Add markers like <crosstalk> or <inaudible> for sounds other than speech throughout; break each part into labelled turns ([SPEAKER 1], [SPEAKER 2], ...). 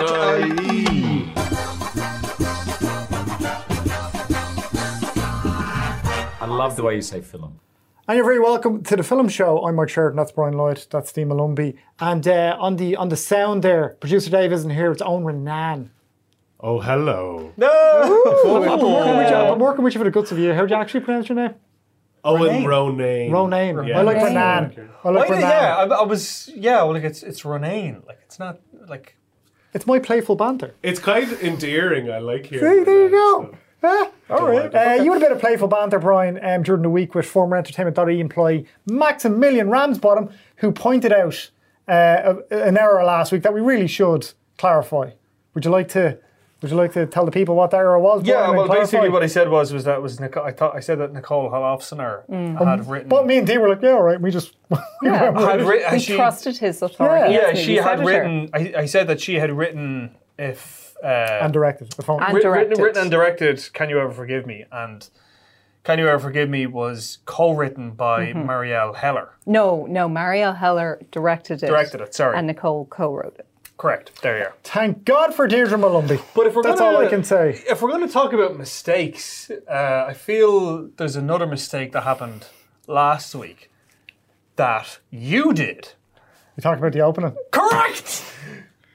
[SPEAKER 1] entertainment.ie.
[SPEAKER 2] I love the way you say film.
[SPEAKER 3] And you're very welcome to the film show. I'm Mark Sheridan. That's Brian Lloyd. That's Steve Malumbi. And uh, on the on the sound there, producer Dave isn't here. It's Owen Nan.
[SPEAKER 4] Oh, hello.
[SPEAKER 3] I'm working with you for the guts of you. How do you actually pronounce your name?
[SPEAKER 4] Owen Ronay.
[SPEAKER 3] Ronan. I like
[SPEAKER 4] Ronan.
[SPEAKER 3] Renan. I like
[SPEAKER 5] I,
[SPEAKER 3] Renan.
[SPEAKER 5] Oh, yeah, I, I was. Yeah, well, like it's it's Renane. Like it's not like
[SPEAKER 3] It's my playful banter.
[SPEAKER 4] It's kind of endearing. I like hearing
[SPEAKER 3] There, there you
[SPEAKER 4] that,
[SPEAKER 3] go.
[SPEAKER 4] so.
[SPEAKER 3] Huh?
[SPEAKER 5] all right.
[SPEAKER 3] Uh, you had a bit of playful banter, Brian, um, during the week with former Entertainment.ie employee Maximilian Ramsbottom, who pointed out uh, a- an error last week that we really should clarify. Would you like to? Would you like to tell the people what the error was?
[SPEAKER 5] Yeah,
[SPEAKER 3] Brian, and
[SPEAKER 5] well, basically
[SPEAKER 3] clarify?
[SPEAKER 5] what I said was was that was Nicole, I thought I said that Nicole Halofcener
[SPEAKER 6] Mm.
[SPEAKER 5] had written.
[SPEAKER 3] But me and Dee were like, yeah, all right. We just <laughs> we went with
[SPEAKER 5] <laughs> had
[SPEAKER 3] it.
[SPEAKER 5] writ-
[SPEAKER 6] He
[SPEAKER 5] she,
[SPEAKER 6] trusted his authority.
[SPEAKER 3] Yeah,
[SPEAKER 5] yeah,
[SPEAKER 6] hasn't he?
[SPEAKER 5] she
[SPEAKER 6] He said
[SPEAKER 5] had
[SPEAKER 6] it here.
[SPEAKER 5] written. I, I said that she had written if uh,
[SPEAKER 3] and directed the phone.
[SPEAKER 6] And
[SPEAKER 5] writ-
[SPEAKER 6] directed.
[SPEAKER 5] written, written and directed. Can you ever forgive me? And Can You Ever Forgive Me was co-written by
[SPEAKER 6] Mm-hmm.
[SPEAKER 5] Marielle Heller.
[SPEAKER 6] No, no. Marielle Heller directed it.
[SPEAKER 5] Directed it. Sorry,
[SPEAKER 6] And Nicole co-wrote it.
[SPEAKER 5] correct. There you are.
[SPEAKER 3] Thank God for Deirdre Malumbi.
[SPEAKER 5] But if we're
[SPEAKER 3] that's
[SPEAKER 5] gonna-
[SPEAKER 3] all I can say.
[SPEAKER 5] If we're going to talk about mistakes, uh, I feel there's another mistake that happened last week that you did.
[SPEAKER 3] You talked about the opening.
[SPEAKER 5] Correct!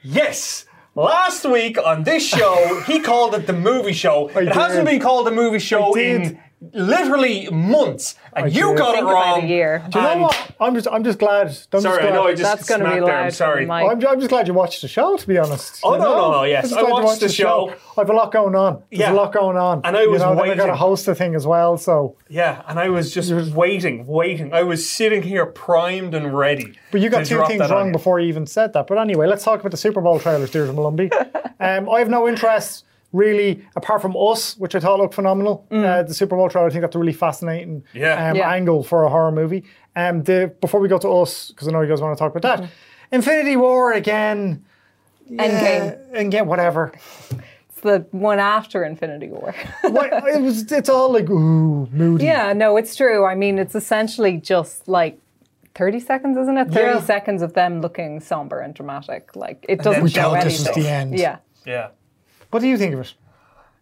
[SPEAKER 5] Yes! Last week on this show, he <laughs> called it the movie show. it
[SPEAKER 3] did.
[SPEAKER 5] hasn't been called a movie show
[SPEAKER 3] I did.
[SPEAKER 5] in literally months, and you
[SPEAKER 3] did.
[SPEAKER 5] got it
[SPEAKER 6] Think about
[SPEAKER 5] wrong.
[SPEAKER 6] a year.
[SPEAKER 3] Do you know what? I'm just, I'm just glad. I'm just
[SPEAKER 5] Sorry, I
[SPEAKER 3] glad.
[SPEAKER 5] know I just
[SPEAKER 6] That's going to be
[SPEAKER 5] smacked there. I'm
[SPEAKER 6] loud.
[SPEAKER 5] sorry.
[SPEAKER 6] Mike.
[SPEAKER 3] I'm, I'm just glad you watched the show, to be honest.
[SPEAKER 5] Oh,
[SPEAKER 3] You
[SPEAKER 5] no, no, no, yes.
[SPEAKER 3] I'm just
[SPEAKER 5] I
[SPEAKER 3] glad you
[SPEAKER 5] watched the show.
[SPEAKER 3] I have a lot going on. There's
[SPEAKER 5] Yeah.
[SPEAKER 3] a lot going on.
[SPEAKER 5] And I was
[SPEAKER 3] you know, then I got
[SPEAKER 5] waiting.
[SPEAKER 3] to host the thing as well, so.
[SPEAKER 5] Yeah, and I was just waiting, waiting. I was sitting here primed and ready.
[SPEAKER 3] But you got
[SPEAKER 5] to
[SPEAKER 3] two
[SPEAKER 5] drop
[SPEAKER 3] things
[SPEAKER 5] that on
[SPEAKER 3] wrong
[SPEAKER 5] you.
[SPEAKER 3] before you even said that. But anyway, let's talk about the Super Bowl trailers, Deirdre
[SPEAKER 5] <laughs>
[SPEAKER 3] Malumbi. um, I have no interest, really, apart from Us, which I thought looked phenomenal. Uh, the Super Bowl trailer, I think that's a really fascinating
[SPEAKER 5] Mm. Yeah.
[SPEAKER 3] um,
[SPEAKER 6] Yeah.
[SPEAKER 3] angle for a horror movie. Um, the, before we go to Us, because I know you guys want to talk about that,
[SPEAKER 5] Mm-hmm.
[SPEAKER 3] Infinity War again.
[SPEAKER 6] Endgame.
[SPEAKER 3] Uh, and get whatever.
[SPEAKER 6] It's the one after Infinity War. <laughs>
[SPEAKER 3] What, it was, it's all like, ooh, moody.
[SPEAKER 6] yeah, no, it's true. I mean, it's essentially just like 30 seconds, isn't it? 30
[SPEAKER 5] Yeah.
[SPEAKER 6] seconds of them looking somber and dramatic. Like, it doesn't
[SPEAKER 5] We
[SPEAKER 6] show
[SPEAKER 5] thought
[SPEAKER 6] anything.
[SPEAKER 5] this was
[SPEAKER 3] the end.
[SPEAKER 6] Yeah.
[SPEAKER 5] Yeah.
[SPEAKER 3] What do you think of it?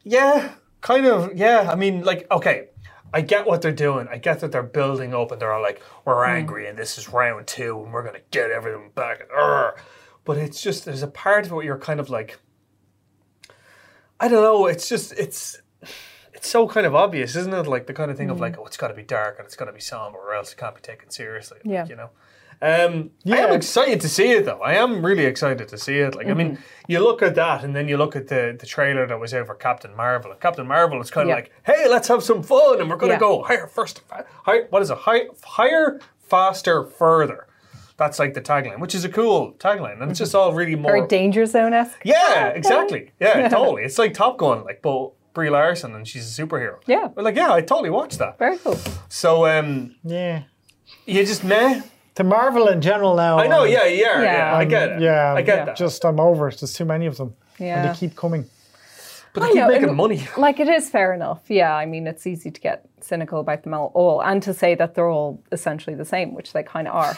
[SPEAKER 5] Yeah, kind of. Yeah, I mean, like, okay, I get what they're doing. I get that they're building up, and they're all like, "We're angry, and this is round two, and we're gonna get everything back." and arr." But it's just there's a part of it where you're kind of like, I don't know. It's just it's it's so kind of obvious, isn't it? Like the kind of thing of like, oh, it's got to be dark and it's got to be somber, or else it can't be taken seriously. like,
[SPEAKER 6] Yeah.
[SPEAKER 5] you know. Um, I am
[SPEAKER 3] Yeah.
[SPEAKER 5] excited to see it though. I am really excited to see it. Like, I mean, you look at that, and then you look at the the trailer that was out for Captain Marvel. And Captain Marvel is kind of
[SPEAKER 6] Yeah.
[SPEAKER 5] like, hey, let's have some fun, and we're gonna
[SPEAKER 6] Yeah.
[SPEAKER 5] go higher, first, fa- high, what is it? High, higher, faster, further. That's like the tagline, which is a cool tagline, and it's just all really more
[SPEAKER 6] Very Danger Zone esque.
[SPEAKER 5] yeah, exactly. Yeah, totally. It's like Top Gun, like but Brie Larson, and she's a superhero.
[SPEAKER 6] Yeah.
[SPEAKER 5] We're like yeah, I totally watched that.
[SPEAKER 6] Very cool.
[SPEAKER 5] So um,
[SPEAKER 3] Yeah.
[SPEAKER 5] you just meh.
[SPEAKER 3] To Marvel in general now.
[SPEAKER 5] I know.
[SPEAKER 3] um,
[SPEAKER 5] Yeah, yeah, yeah.
[SPEAKER 6] Yeah.
[SPEAKER 5] I get it.
[SPEAKER 3] Yeah,
[SPEAKER 5] I get
[SPEAKER 3] yeah,
[SPEAKER 5] that.
[SPEAKER 3] Just I'm over it. There's too many of them, and
[SPEAKER 6] Yeah.
[SPEAKER 3] they keep coming.
[SPEAKER 5] but they
[SPEAKER 6] I
[SPEAKER 5] keep
[SPEAKER 6] know,
[SPEAKER 5] making
[SPEAKER 6] and-
[SPEAKER 5] money. <laughs>
[SPEAKER 6] <laughs> Like, it is fair enough. Yeah, I mean, it's easy to get cynical about them all, all and to say that they're all essentially the same, which they kind
[SPEAKER 3] <laughs>
[SPEAKER 6] of are.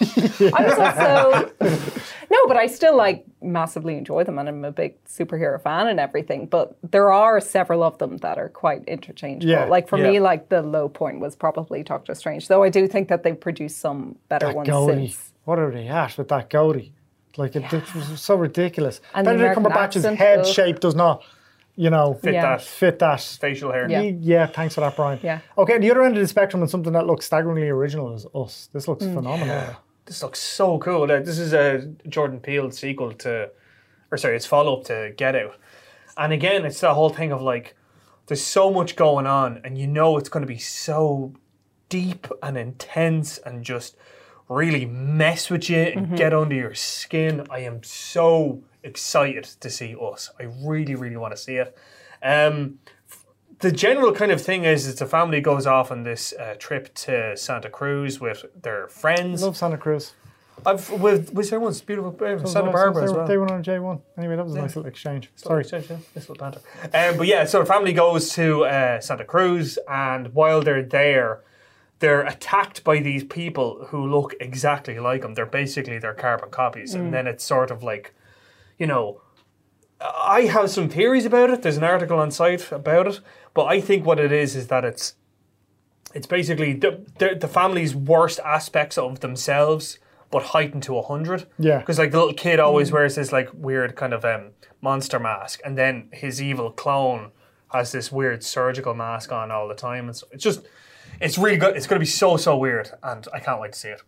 [SPEAKER 6] I was also, <laughs> no, but I still like massively enjoy them and I'm a big superhero fan and everything. But there are several of them that are quite interchangeable.
[SPEAKER 3] Yeah,
[SPEAKER 6] like, for me,
[SPEAKER 5] yeah.
[SPEAKER 6] like, the low point was probably Doctor Strange, though I do think that they've produced some better
[SPEAKER 3] That
[SPEAKER 6] ones
[SPEAKER 3] goatee.
[SPEAKER 6] since.
[SPEAKER 3] What are they at with that goatee? Like it, it was so ridiculous.
[SPEAKER 6] And the
[SPEAKER 3] Benedict
[SPEAKER 6] American
[SPEAKER 3] Cumberbatch's
[SPEAKER 6] accent,
[SPEAKER 3] head
[SPEAKER 6] ugh.
[SPEAKER 3] shape does not, you know, fit
[SPEAKER 6] Yeah.
[SPEAKER 5] that.
[SPEAKER 3] Fit that.
[SPEAKER 5] Facial hair.
[SPEAKER 6] Yeah.
[SPEAKER 3] Yeah. thanks for that, Brian.
[SPEAKER 6] Yeah.
[SPEAKER 3] Okay, on the other end of the spectrum, and something that looks staggeringly original is us. This
[SPEAKER 6] Mm.
[SPEAKER 3] looks phenomenal.
[SPEAKER 5] This looks so cool. Uh, This is a Jordan Peele sequel to, or sorry, it's follow up to Get Out. And again, it's that whole thing of like, there's so much going on, and you know it's going to be so deep and intense and just really mess with you and get under your skin. I am so excited to see us. I really, really want to see it. Um, f- the general kind of thing is, it's a family goes off on this uh, trip to Santa Cruz with their friends.
[SPEAKER 3] Love Santa Cruz.
[SPEAKER 5] I've with was there once beautiful babe,
[SPEAKER 3] That was
[SPEAKER 5] Santa
[SPEAKER 3] nice.
[SPEAKER 5] Barbara
[SPEAKER 3] They
[SPEAKER 5] as
[SPEAKER 3] were-
[SPEAKER 5] well.
[SPEAKER 3] They went on J one. Anyway, that was a nice little exchange. Sorry.
[SPEAKER 5] Sorry, yeah, this was banter. Um, but yeah, so the family goes to uh, Santa Cruz, and while they're there, they're attacked by these
[SPEAKER 3] Mm.
[SPEAKER 5] people who look exactly like them. They're basically their carbon copies, and then it's sort of like you know, I have some theories about it. There's an article on site about it, but I think what it is is that it's it's basically the the, the family's worst aspects of themselves, but heightened to hundred.
[SPEAKER 3] Yeah.
[SPEAKER 5] because like the little kid always wears this like weird kind of um, monster mask, and then his evil clone has this weird surgical mask on all the time, and so it's just it's really good. It's going to be so so weird, and I can't wait to see it.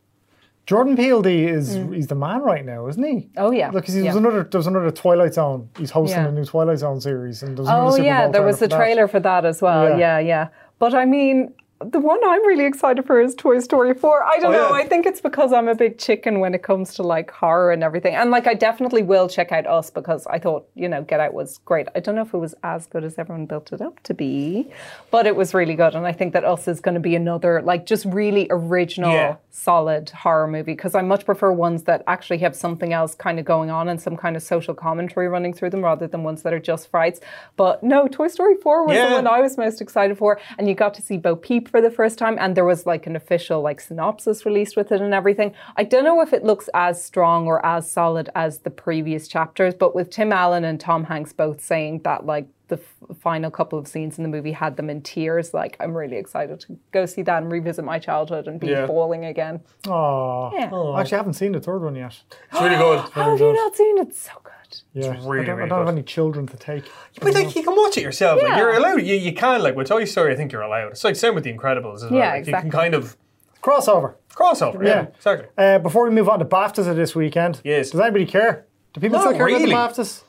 [SPEAKER 3] Jordan Peele D is he's the man right now, isn't he?
[SPEAKER 6] Mm. Oh, yeah.
[SPEAKER 3] Look, 'cause he
[SPEAKER 6] Yeah.
[SPEAKER 3] was another there was another Twilight Zone. He's hosting
[SPEAKER 6] Yeah.
[SPEAKER 3] a new Twilight Zone series, and there was another
[SPEAKER 6] Oh
[SPEAKER 3] Super
[SPEAKER 6] yeah,
[SPEAKER 3] Bowl
[SPEAKER 6] there was the
[SPEAKER 3] for that.
[SPEAKER 6] trailer for that as well.
[SPEAKER 3] Yeah.
[SPEAKER 6] Yeah. yeah, But I mean, the one I'm really excited for is Toy Story 4. I don't
[SPEAKER 5] Oh,
[SPEAKER 6] know.
[SPEAKER 5] yeah.
[SPEAKER 6] I think it's because I'm a big chicken when it comes to like horror and everything. And like I definitely will check out Us because I thought, you know, Get Out was great. I don't know if it was as good as everyone built it up to be, but it was really good and I think that Us is going to be another like just really original
[SPEAKER 5] Yeah.
[SPEAKER 6] solid horror movie because I much prefer ones that actually have something else kind of going on and some kind of social commentary running through them rather than ones that are just frights. But no, Toy Story 4 was
[SPEAKER 5] Yeah.
[SPEAKER 6] the one I was most excited for, and you got to see Bo Peep for the first time, and there was like an official like synopsis released with it and everything. I don't know if it looks as strong or as solid as the previous chapters, but with Tim Allen and Tom Hanks both saying that like the f- final couple of scenes in the movie had them in tears. Like, I'm really excited to go see that and revisit my childhood and be
[SPEAKER 5] Yeah. Oh,
[SPEAKER 6] bawling again.
[SPEAKER 3] Aw.
[SPEAKER 6] Yeah.
[SPEAKER 3] Actually, I haven't seen the third one yet.
[SPEAKER 5] It's really good.
[SPEAKER 6] How have you not seen it? It's so good.
[SPEAKER 3] Yeah,
[SPEAKER 5] really,
[SPEAKER 3] I don't, I don't
[SPEAKER 5] really
[SPEAKER 3] have
[SPEAKER 5] good.
[SPEAKER 3] any children to take.
[SPEAKER 5] But like you can watch it yourself. Like
[SPEAKER 6] Yeah.
[SPEAKER 5] you're allowed. You, you can like with Toy Story. I think you're allowed. It's like same with the Incredibles as well.
[SPEAKER 6] Yeah,
[SPEAKER 5] like,
[SPEAKER 6] exactly.
[SPEAKER 5] You can kind of
[SPEAKER 3] Crossover.
[SPEAKER 5] crossover. Yeah,
[SPEAKER 3] Yeah.
[SPEAKER 5] exactly.
[SPEAKER 3] Uh, before we move on to BAFTAs of this weekend,
[SPEAKER 5] Yes.
[SPEAKER 3] does anybody care? Do people
[SPEAKER 5] Not
[SPEAKER 3] still care
[SPEAKER 5] really.
[SPEAKER 3] about the BAFTAs?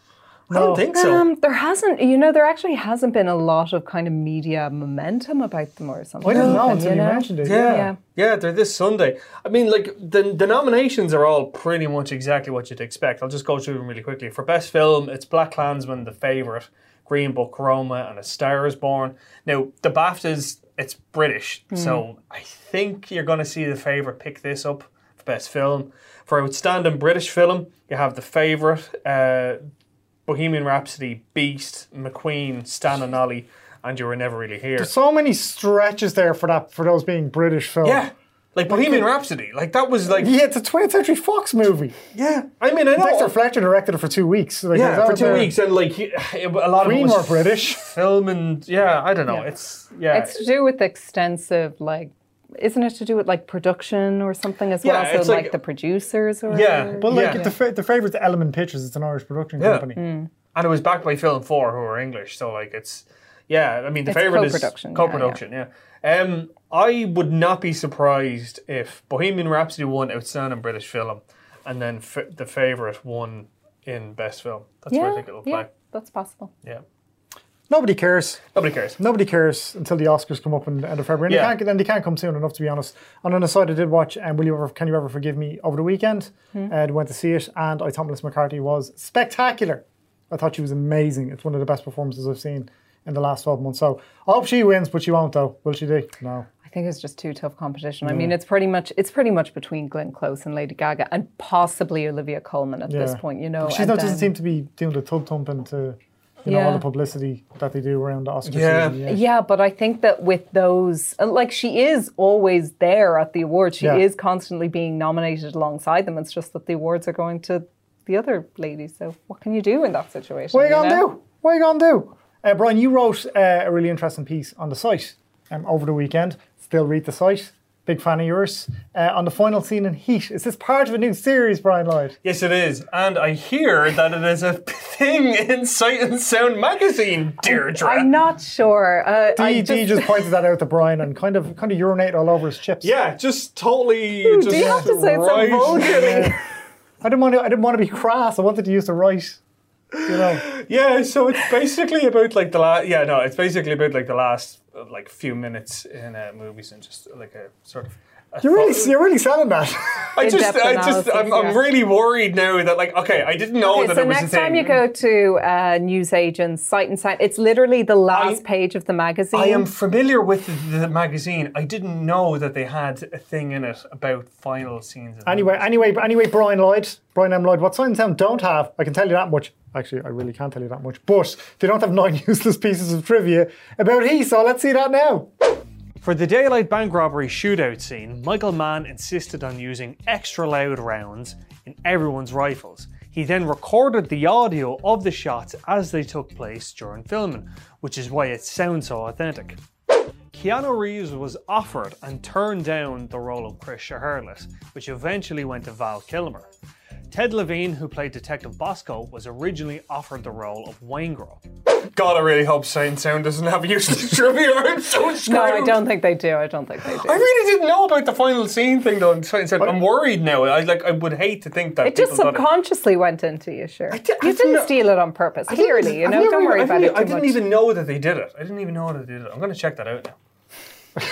[SPEAKER 5] I don't think so.
[SPEAKER 6] Um, there hasn't, you know, there actually hasn't been a lot of kind of media momentum about them or something.
[SPEAKER 3] I didn't know
[SPEAKER 6] you
[SPEAKER 3] until you
[SPEAKER 6] know?
[SPEAKER 3] mentioned it.
[SPEAKER 5] yeah.
[SPEAKER 6] yeah.
[SPEAKER 5] yeah, They're this Sunday. I mean, like the the nominations are all pretty much exactly what you'd expect. I'll just go through them really quickly. For best film, it's Black Klansman, The Favorite, Green Book, Roma, and A Star Is Born. Now the BAFTAs, it's British, so I think you're going to see The Favorite pick this up for best film. For outstanding British film, you have The Favorite, uh, Bohemian Rhapsody, Beast, McQueen, Stan and Ollie, and You Were Never Really Here.
[SPEAKER 3] There's so many stretches there for that for those being British films.
[SPEAKER 5] Yeah. Like Bohemian Rhapsody. Like that was like
[SPEAKER 3] Oh. Yeah, it's a 20th Century Fox movie.
[SPEAKER 5] Yeah. I mean I know
[SPEAKER 3] Dexter Fletcher directed it for two weeks. Like, it was
[SPEAKER 5] Yeah, for
[SPEAKER 3] out
[SPEAKER 5] two
[SPEAKER 3] there.
[SPEAKER 5] weeks and like <sighs> he- a lot
[SPEAKER 3] Queen
[SPEAKER 5] of it
[SPEAKER 3] were
[SPEAKER 5] was
[SPEAKER 3] British.
[SPEAKER 5] <laughs> film and yeah, I don't know. It's yeah.
[SPEAKER 6] It's to do with extensive, like, isn't it to do with like production or something as well?
[SPEAKER 5] Yeah,
[SPEAKER 6] so
[SPEAKER 5] it's
[SPEAKER 6] like,
[SPEAKER 5] like-
[SPEAKER 6] the producers or
[SPEAKER 5] yeah.
[SPEAKER 3] But like
[SPEAKER 5] yeah.
[SPEAKER 3] the, fa- the favorite Element Pictures, it's an Irish production
[SPEAKER 5] Yeah.
[SPEAKER 3] company.
[SPEAKER 6] Mm.
[SPEAKER 5] and it was backed by Film Four, who are English. So like it's yeah. I mean, the
[SPEAKER 6] It's
[SPEAKER 5] favorite
[SPEAKER 6] co-production,
[SPEAKER 5] is
[SPEAKER 6] yeah,
[SPEAKER 5] co-production. Yeah. Um, I would not be surprised if Bohemian Rhapsody won outstanding British film, and then f- the favorite won in best film. That's where I
[SPEAKER 6] yeah,
[SPEAKER 5] think it'll
[SPEAKER 6] yeah,
[SPEAKER 5] play.
[SPEAKER 6] that's possible.
[SPEAKER 5] Yeah.
[SPEAKER 3] Nobody cares.
[SPEAKER 5] Nobody cares.
[SPEAKER 3] Nobody cares until the Oscars come up in the end of February, and,
[SPEAKER 5] Yeah.
[SPEAKER 3] they, can't, and they can't come soon enough, to be honest. And on the side, I did watch um, "Will You Ever? Can You Ever Forgive Me?" over the weekend,
[SPEAKER 6] Hmm.
[SPEAKER 3] and went to see it, and I thought Melissa McCarthy was spectacular. I thought she was amazing. It's one of the best performances I've seen in the last twelve months. So I hope she wins, but she won't, though. Will she? Do no.
[SPEAKER 6] I think it's just too tough competition. I mean, it's pretty much it's pretty much between Glenn Close and Lady Gaga, and possibly Olivia Colman at this
[SPEAKER 3] Yeah.
[SPEAKER 6] point. You know,
[SPEAKER 3] She
[SPEAKER 6] and
[SPEAKER 3] not, doesn't
[SPEAKER 6] then-
[SPEAKER 3] seem to be doing the tub thumping to you know all
[SPEAKER 6] Yeah.
[SPEAKER 3] the publicity that they do around the Oscars.
[SPEAKER 5] Yeah.
[SPEAKER 6] Yeah, but I think that with those, uh, like she is always there at the awards. She
[SPEAKER 3] Yeah.
[SPEAKER 6] is constantly being nominated alongside them. It's just that the awards are going to the other ladies. So what can you do in that situation?
[SPEAKER 3] What are you gonna
[SPEAKER 6] know?
[SPEAKER 3] do? What are you gonna do? Uh, Brian, you wrote uh, a really interesting piece on the site um, over the weekend. Still read the site. Big fan of yours. Uh, on the final scene in Heat. Is this part of a new series, Brian Lloyd?
[SPEAKER 5] Yes, it is. And I hear that it is a <laughs> thing in Sight and Sound magazine, Deirdre.
[SPEAKER 6] I'm not sure. Uh, I
[SPEAKER 3] He E just...
[SPEAKER 6] <laughs>
[SPEAKER 3] just pointed that out to Brian and kind of kind of urinated all over his chips.
[SPEAKER 5] Yeah, just totally. just
[SPEAKER 6] do you have to say it's so
[SPEAKER 5] right-
[SPEAKER 6] vulgarly?
[SPEAKER 3] I didn't want to. I didn't want to be crass. I wanted to use the right. You know.
[SPEAKER 5] <laughs> Yeah, so it's basically about like the last. Yeah, no, it's basically about like the last uh, like few minutes in uh, movies and just like a sort of. a
[SPEAKER 3] You're really
[SPEAKER 5] thought-
[SPEAKER 3] you're really selling that. <laughs>
[SPEAKER 5] I just,
[SPEAKER 6] In-depth
[SPEAKER 5] I just, I'm,
[SPEAKER 6] analysis,
[SPEAKER 5] I'm
[SPEAKER 6] yeah.
[SPEAKER 5] really worried now that like, okay, I didn't know
[SPEAKER 6] Okay,
[SPEAKER 5] that
[SPEAKER 6] so
[SPEAKER 5] it was
[SPEAKER 6] next
[SPEAKER 5] a thing.
[SPEAKER 6] time you go to uh, newsagents, site and site, it's literally the last
[SPEAKER 5] I-
[SPEAKER 6] page of the magazine.
[SPEAKER 5] I am familiar with the, the magazine. I didn't know that they had a thing in it about final scenes. of
[SPEAKER 3] Anyway,
[SPEAKER 5] movies.
[SPEAKER 3] anyway, anyway, Brian Lloyd, Brian M. Lloyd, what Sign and Sound don't have, I can tell you that much. Actually, I really can't tell you that much, but they don't have nine <laughs> useless pieces of trivia about he, so let's see that now.
[SPEAKER 5] For the daylight bank robbery shootout scene, Michael Mann insisted on using extra loud rounds in everyone's rifles. He then recorded the audio of the shots as they took place during filming, which is why it sounds so authentic. Keanu Reeves was offered and turned down the role of Chris Shaherless, which eventually went to Val Kilmer. Ted Levine, who played Detective Bosco, was originally offered the role of Wingrove. God, I really hope Sight and Sound doesn't have useless trivia. I'm so scared.
[SPEAKER 6] No, I don't think they do. I don't think they do.
[SPEAKER 5] I really didn't know about the final scene thing though. in Sight and Sound. I'm worried now. I like. I would hate to think that
[SPEAKER 6] It just
[SPEAKER 5] people got
[SPEAKER 6] subconsciously went into you, sure.
[SPEAKER 5] di- I
[SPEAKER 6] you didn't
[SPEAKER 5] didn't-
[SPEAKER 6] steal it on purpose.
[SPEAKER 5] I didn't-
[SPEAKER 6] Clearly, you
[SPEAKER 5] I've
[SPEAKER 6] know.
[SPEAKER 5] never
[SPEAKER 6] Don't worry
[SPEAKER 5] even-
[SPEAKER 6] about
[SPEAKER 5] I
[SPEAKER 6] it
[SPEAKER 5] didn't-
[SPEAKER 6] too
[SPEAKER 5] I didn't
[SPEAKER 6] much.
[SPEAKER 5] even know that they did it. I didn't even know that they did it. I'm going to check that out now.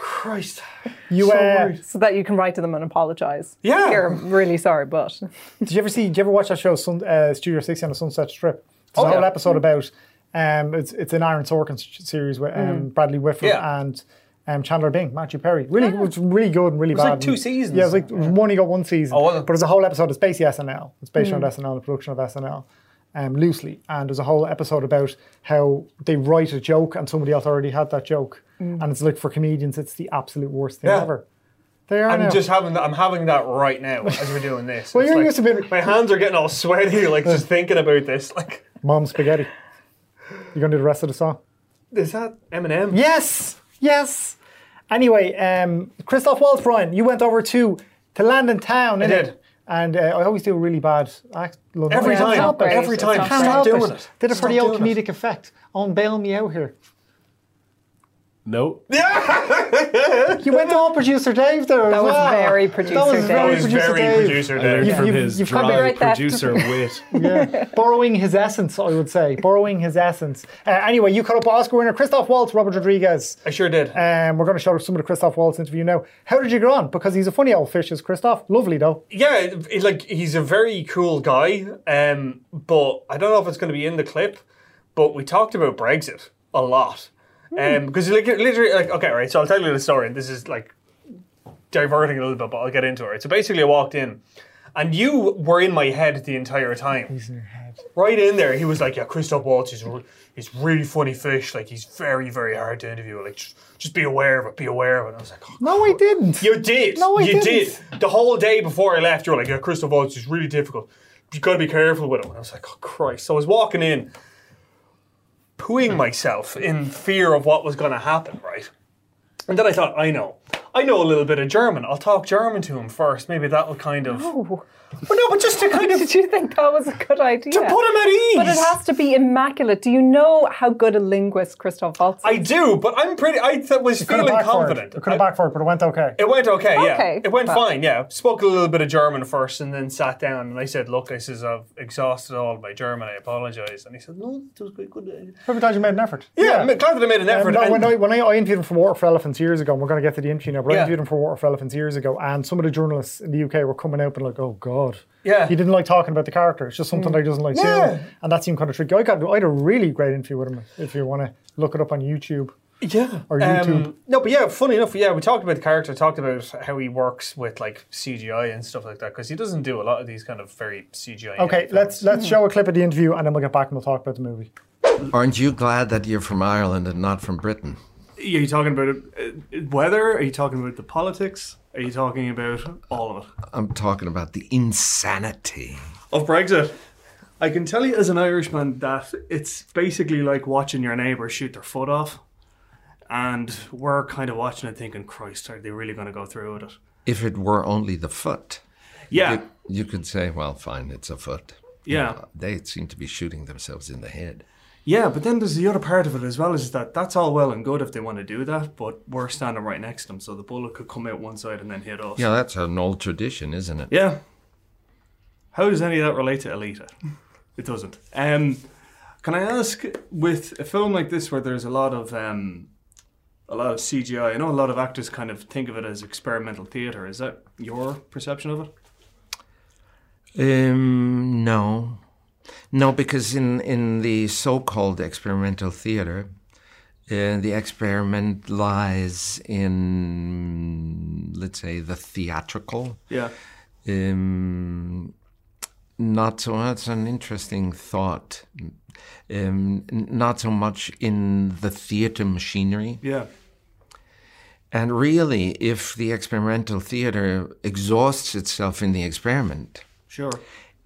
[SPEAKER 5] Christ.
[SPEAKER 3] You, uh,
[SPEAKER 5] worried.
[SPEAKER 6] so that you can write to them and apologize.
[SPEAKER 5] Yeah.
[SPEAKER 6] Here, I'm really sorry,
[SPEAKER 5] <laughs>
[SPEAKER 6] but
[SPEAKER 3] Did you ever see? Did you ever watch that show, Sun, uh, Studio 60 on the Sunset Strip? There's a whole
[SPEAKER 5] Oh, yeah. Mm-hmm.
[SPEAKER 3] episode about. Um, it's it's an Aaron Sorkin s- series with um, Bradley Whitford
[SPEAKER 5] Mm-hmm. Yeah.
[SPEAKER 3] and um, Chandler Bing, Matthew Perry. Really, it was really good and really bad.
[SPEAKER 5] like
[SPEAKER 3] and-
[SPEAKER 5] two seasons.
[SPEAKER 3] Yeah, it was like one. He got one season.
[SPEAKER 5] Oh, was it? Mm.
[SPEAKER 3] but it's a whole episode. It's basically SNL. It's based on SNL, the production of SNL, um, loosely. And there's a whole episode about how they write a joke and somebody else already had that joke. And it's like for comedians, it's the absolute worst thing
[SPEAKER 5] Mm. Yeah.
[SPEAKER 3] ever. They are now.
[SPEAKER 5] I'm just having that. I'm having that right now as we're doing this.
[SPEAKER 3] well,
[SPEAKER 5] It's
[SPEAKER 3] you're
[SPEAKER 5] like-
[SPEAKER 3] used to being
[SPEAKER 5] My hands are getting all sweaty, like just thinking about this. Like,
[SPEAKER 3] mom spaghetti. You gonna do the rest of the song?
[SPEAKER 5] is that Eminem?
[SPEAKER 3] Yes, yes. Anyway, um, Christoph Waltz, Brian, you went over to to London Town. innit?
[SPEAKER 5] did.
[SPEAKER 3] And uh, I always do a really bad act. London
[SPEAKER 5] Every
[SPEAKER 3] accent.
[SPEAKER 5] time.
[SPEAKER 6] not great.
[SPEAKER 5] Every
[SPEAKER 6] It's
[SPEAKER 5] time.
[SPEAKER 6] not
[SPEAKER 3] Can't
[SPEAKER 6] great.
[SPEAKER 3] help
[SPEAKER 5] Stop doing
[SPEAKER 3] it.
[SPEAKER 5] it.
[SPEAKER 3] Did it for
[SPEAKER 5] Stop
[SPEAKER 3] the old
[SPEAKER 5] doing it.
[SPEAKER 3] comedic effect. On bail me out here.
[SPEAKER 4] No.
[SPEAKER 3] You went on producer Dave there.
[SPEAKER 6] That was very producer
[SPEAKER 3] That was
[SPEAKER 6] Dave.
[SPEAKER 3] very
[SPEAKER 6] That
[SPEAKER 5] He's
[SPEAKER 3] producer
[SPEAKER 5] very
[SPEAKER 3] Dave.
[SPEAKER 5] producer
[SPEAKER 4] I learned
[SPEAKER 5] there.
[SPEAKER 3] You've-
[SPEAKER 4] from
[SPEAKER 3] you've-
[SPEAKER 4] his
[SPEAKER 3] you've
[SPEAKER 4] dry
[SPEAKER 6] copyright
[SPEAKER 4] <laughs>
[SPEAKER 6] that.
[SPEAKER 4] producer wit.
[SPEAKER 3] Yeah. <laughs> Borrowing his essence, I would say. Borrowing his essence. Uh, anyway, you caught up with Oscar winner Christoph Waltz, Robert Rodriguez.
[SPEAKER 5] I sure did.
[SPEAKER 3] Um, we're going to show some of the Christoph Waltz interview now. How did you get on? Because he's a funny old fish, is Christoph. Lovely though.
[SPEAKER 5] yeah, it- it- like he's a very cool guy, um, but I don't know if it's going to be in the clip. But we talked about Brexit a lot um, because like it literally, like okay, right. So I'll tell you the story, and this is like diverting a little bit, but I'll get into it. Right? So basically, I walked in, and you were in my head the entire time. He's in your head. Right in there, he was like, "Yeah, Christoph Waltz is re- he's really funny fish. Like he's very, very hard to interview. Like just, just be aware of it. Be aware of it." And I was like, "Oh,
[SPEAKER 3] No, I didn't.
[SPEAKER 5] you did.
[SPEAKER 3] No, I
[SPEAKER 5] you
[SPEAKER 3] didn't.
[SPEAKER 5] did. The whole day before I left, you were like, "Yeah, Crystal Vaults is really difficult. You got to be careful with him." And I was like, "Oh Christ!" So I was walking in, pooing myself in fear of what was going to happen, right? And then I thought, I know, I know a little bit of German. I'll talk German to him first. Maybe that'll kind of. But no, but just to
[SPEAKER 3] <laughs>
[SPEAKER 5] kind of
[SPEAKER 6] <laughs> did you think that was a good idea?
[SPEAKER 5] to put him at ease.
[SPEAKER 6] but it has to be immaculate. Do you know how good a linguist Christoph Waltz is?
[SPEAKER 5] I do, but I'm pretty. I th- was
[SPEAKER 3] Could
[SPEAKER 5] feeling
[SPEAKER 3] have backfired.
[SPEAKER 5] confident.
[SPEAKER 3] It could have backfired, but it went okay.
[SPEAKER 5] It went okay, yeah.
[SPEAKER 6] Okay,
[SPEAKER 5] It went
[SPEAKER 6] well.
[SPEAKER 5] fine, yeah. Spoke a little bit of German first and then sat down and I said, Look, I says I've exhausted all my German, I apologize. And he said, No, it was quite good. uh,
[SPEAKER 3] Every time you made an effort.
[SPEAKER 5] Yeah, I'm glad that I made an effort.
[SPEAKER 3] Um, no,
[SPEAKER 5] and-
[SPEAKER 3] when I, when I, I interviewed him for Water for Elephants years ago, and we're going to get to the interview now, but I
[SPEAKER 5] Yeah.
[SPEAKER 3] interviewed him for Water for Elephants years ago, and some of the journalists in the UK were coming out and like, oh God.
[SPEAKER 5] Yeah. Mm.
[SPEAKER 3] He didn't like talking about the character. It's just something that he doesn't like
[SPEAKER 5] Yeah.
[SPEAKER 3] seeing. And that seemed kind of tricky. I, got, I had a really great interview with him if you want to look it up on YouTube.
[SPEAKER 5] Yeah.
[SPEAKER 3] Or YouTube.
[SPEAKER 5] um, no, but yeah, funny enough, yeah, we talked about the character, talked about how he works with like CGI and stuff like that, because he doesn't do a lot of these kind of very CGI.
[SPEAKER 3] Okay, let's let's show a clip of the interview, and then we'll get back and we'll talk about the movie.
[SPEAKER 1] Aren't you glad that you're from Ireland and not from Britain?
[SPEAKER 7] Are you talking about uh, weather? Are you talking about the politics? Are you talking about all of it?
[SPEAKER 1] I'm talking about the insanity.
[SPEAKER 7] Of Brexit. I can tell you as an Irishman that it's basically like watching your neighbour shoot their foot off. And we're kind of watching it thinking, Christ, are they really going to go through with it?
[SPEAKER 1] If it were only the foot,
[SPEAKER 7] Yeah,
[SPEAKER 1] you, you could say, well, fine, it's a foot.
[SPEAKER 7] yeah.
[SPEAKER 1] They seem to be shooting themselves in the head.
[SPEAKER 7] Yeah, but then there's the other part of it as well is that that's all well and good if they want to do that, but we're standing right next to them, so the bullet could come out one side and then hit us.
[SPEAKER 1] Yeah, that's an old tradition, isn't it?
[SPEAKER 7] Yeah. How does any of that relate to Alita? It doesn't. Um, can I ask, with a film like this where there's a lot of um, a lot of CGI, I know a lot of actors kind of think of it as experimental theatre. Is that your perception of it?
[SPEAKER 1] Um, no, no, because in in the so-called experimental theater, uh, the experiment lies in, let's say, the theatrical.
[SPEAKER 7] Yeah.
[SPEAKER 1] Um, not so. That's an interesting thought. Um, n- not so much in the theater machinery.
[SPEAKER 7] Yeah.
[SPEAKER 1] And really, if the experimental theater exhausts itself in the experiment,
[SPEAKER 7] Sure.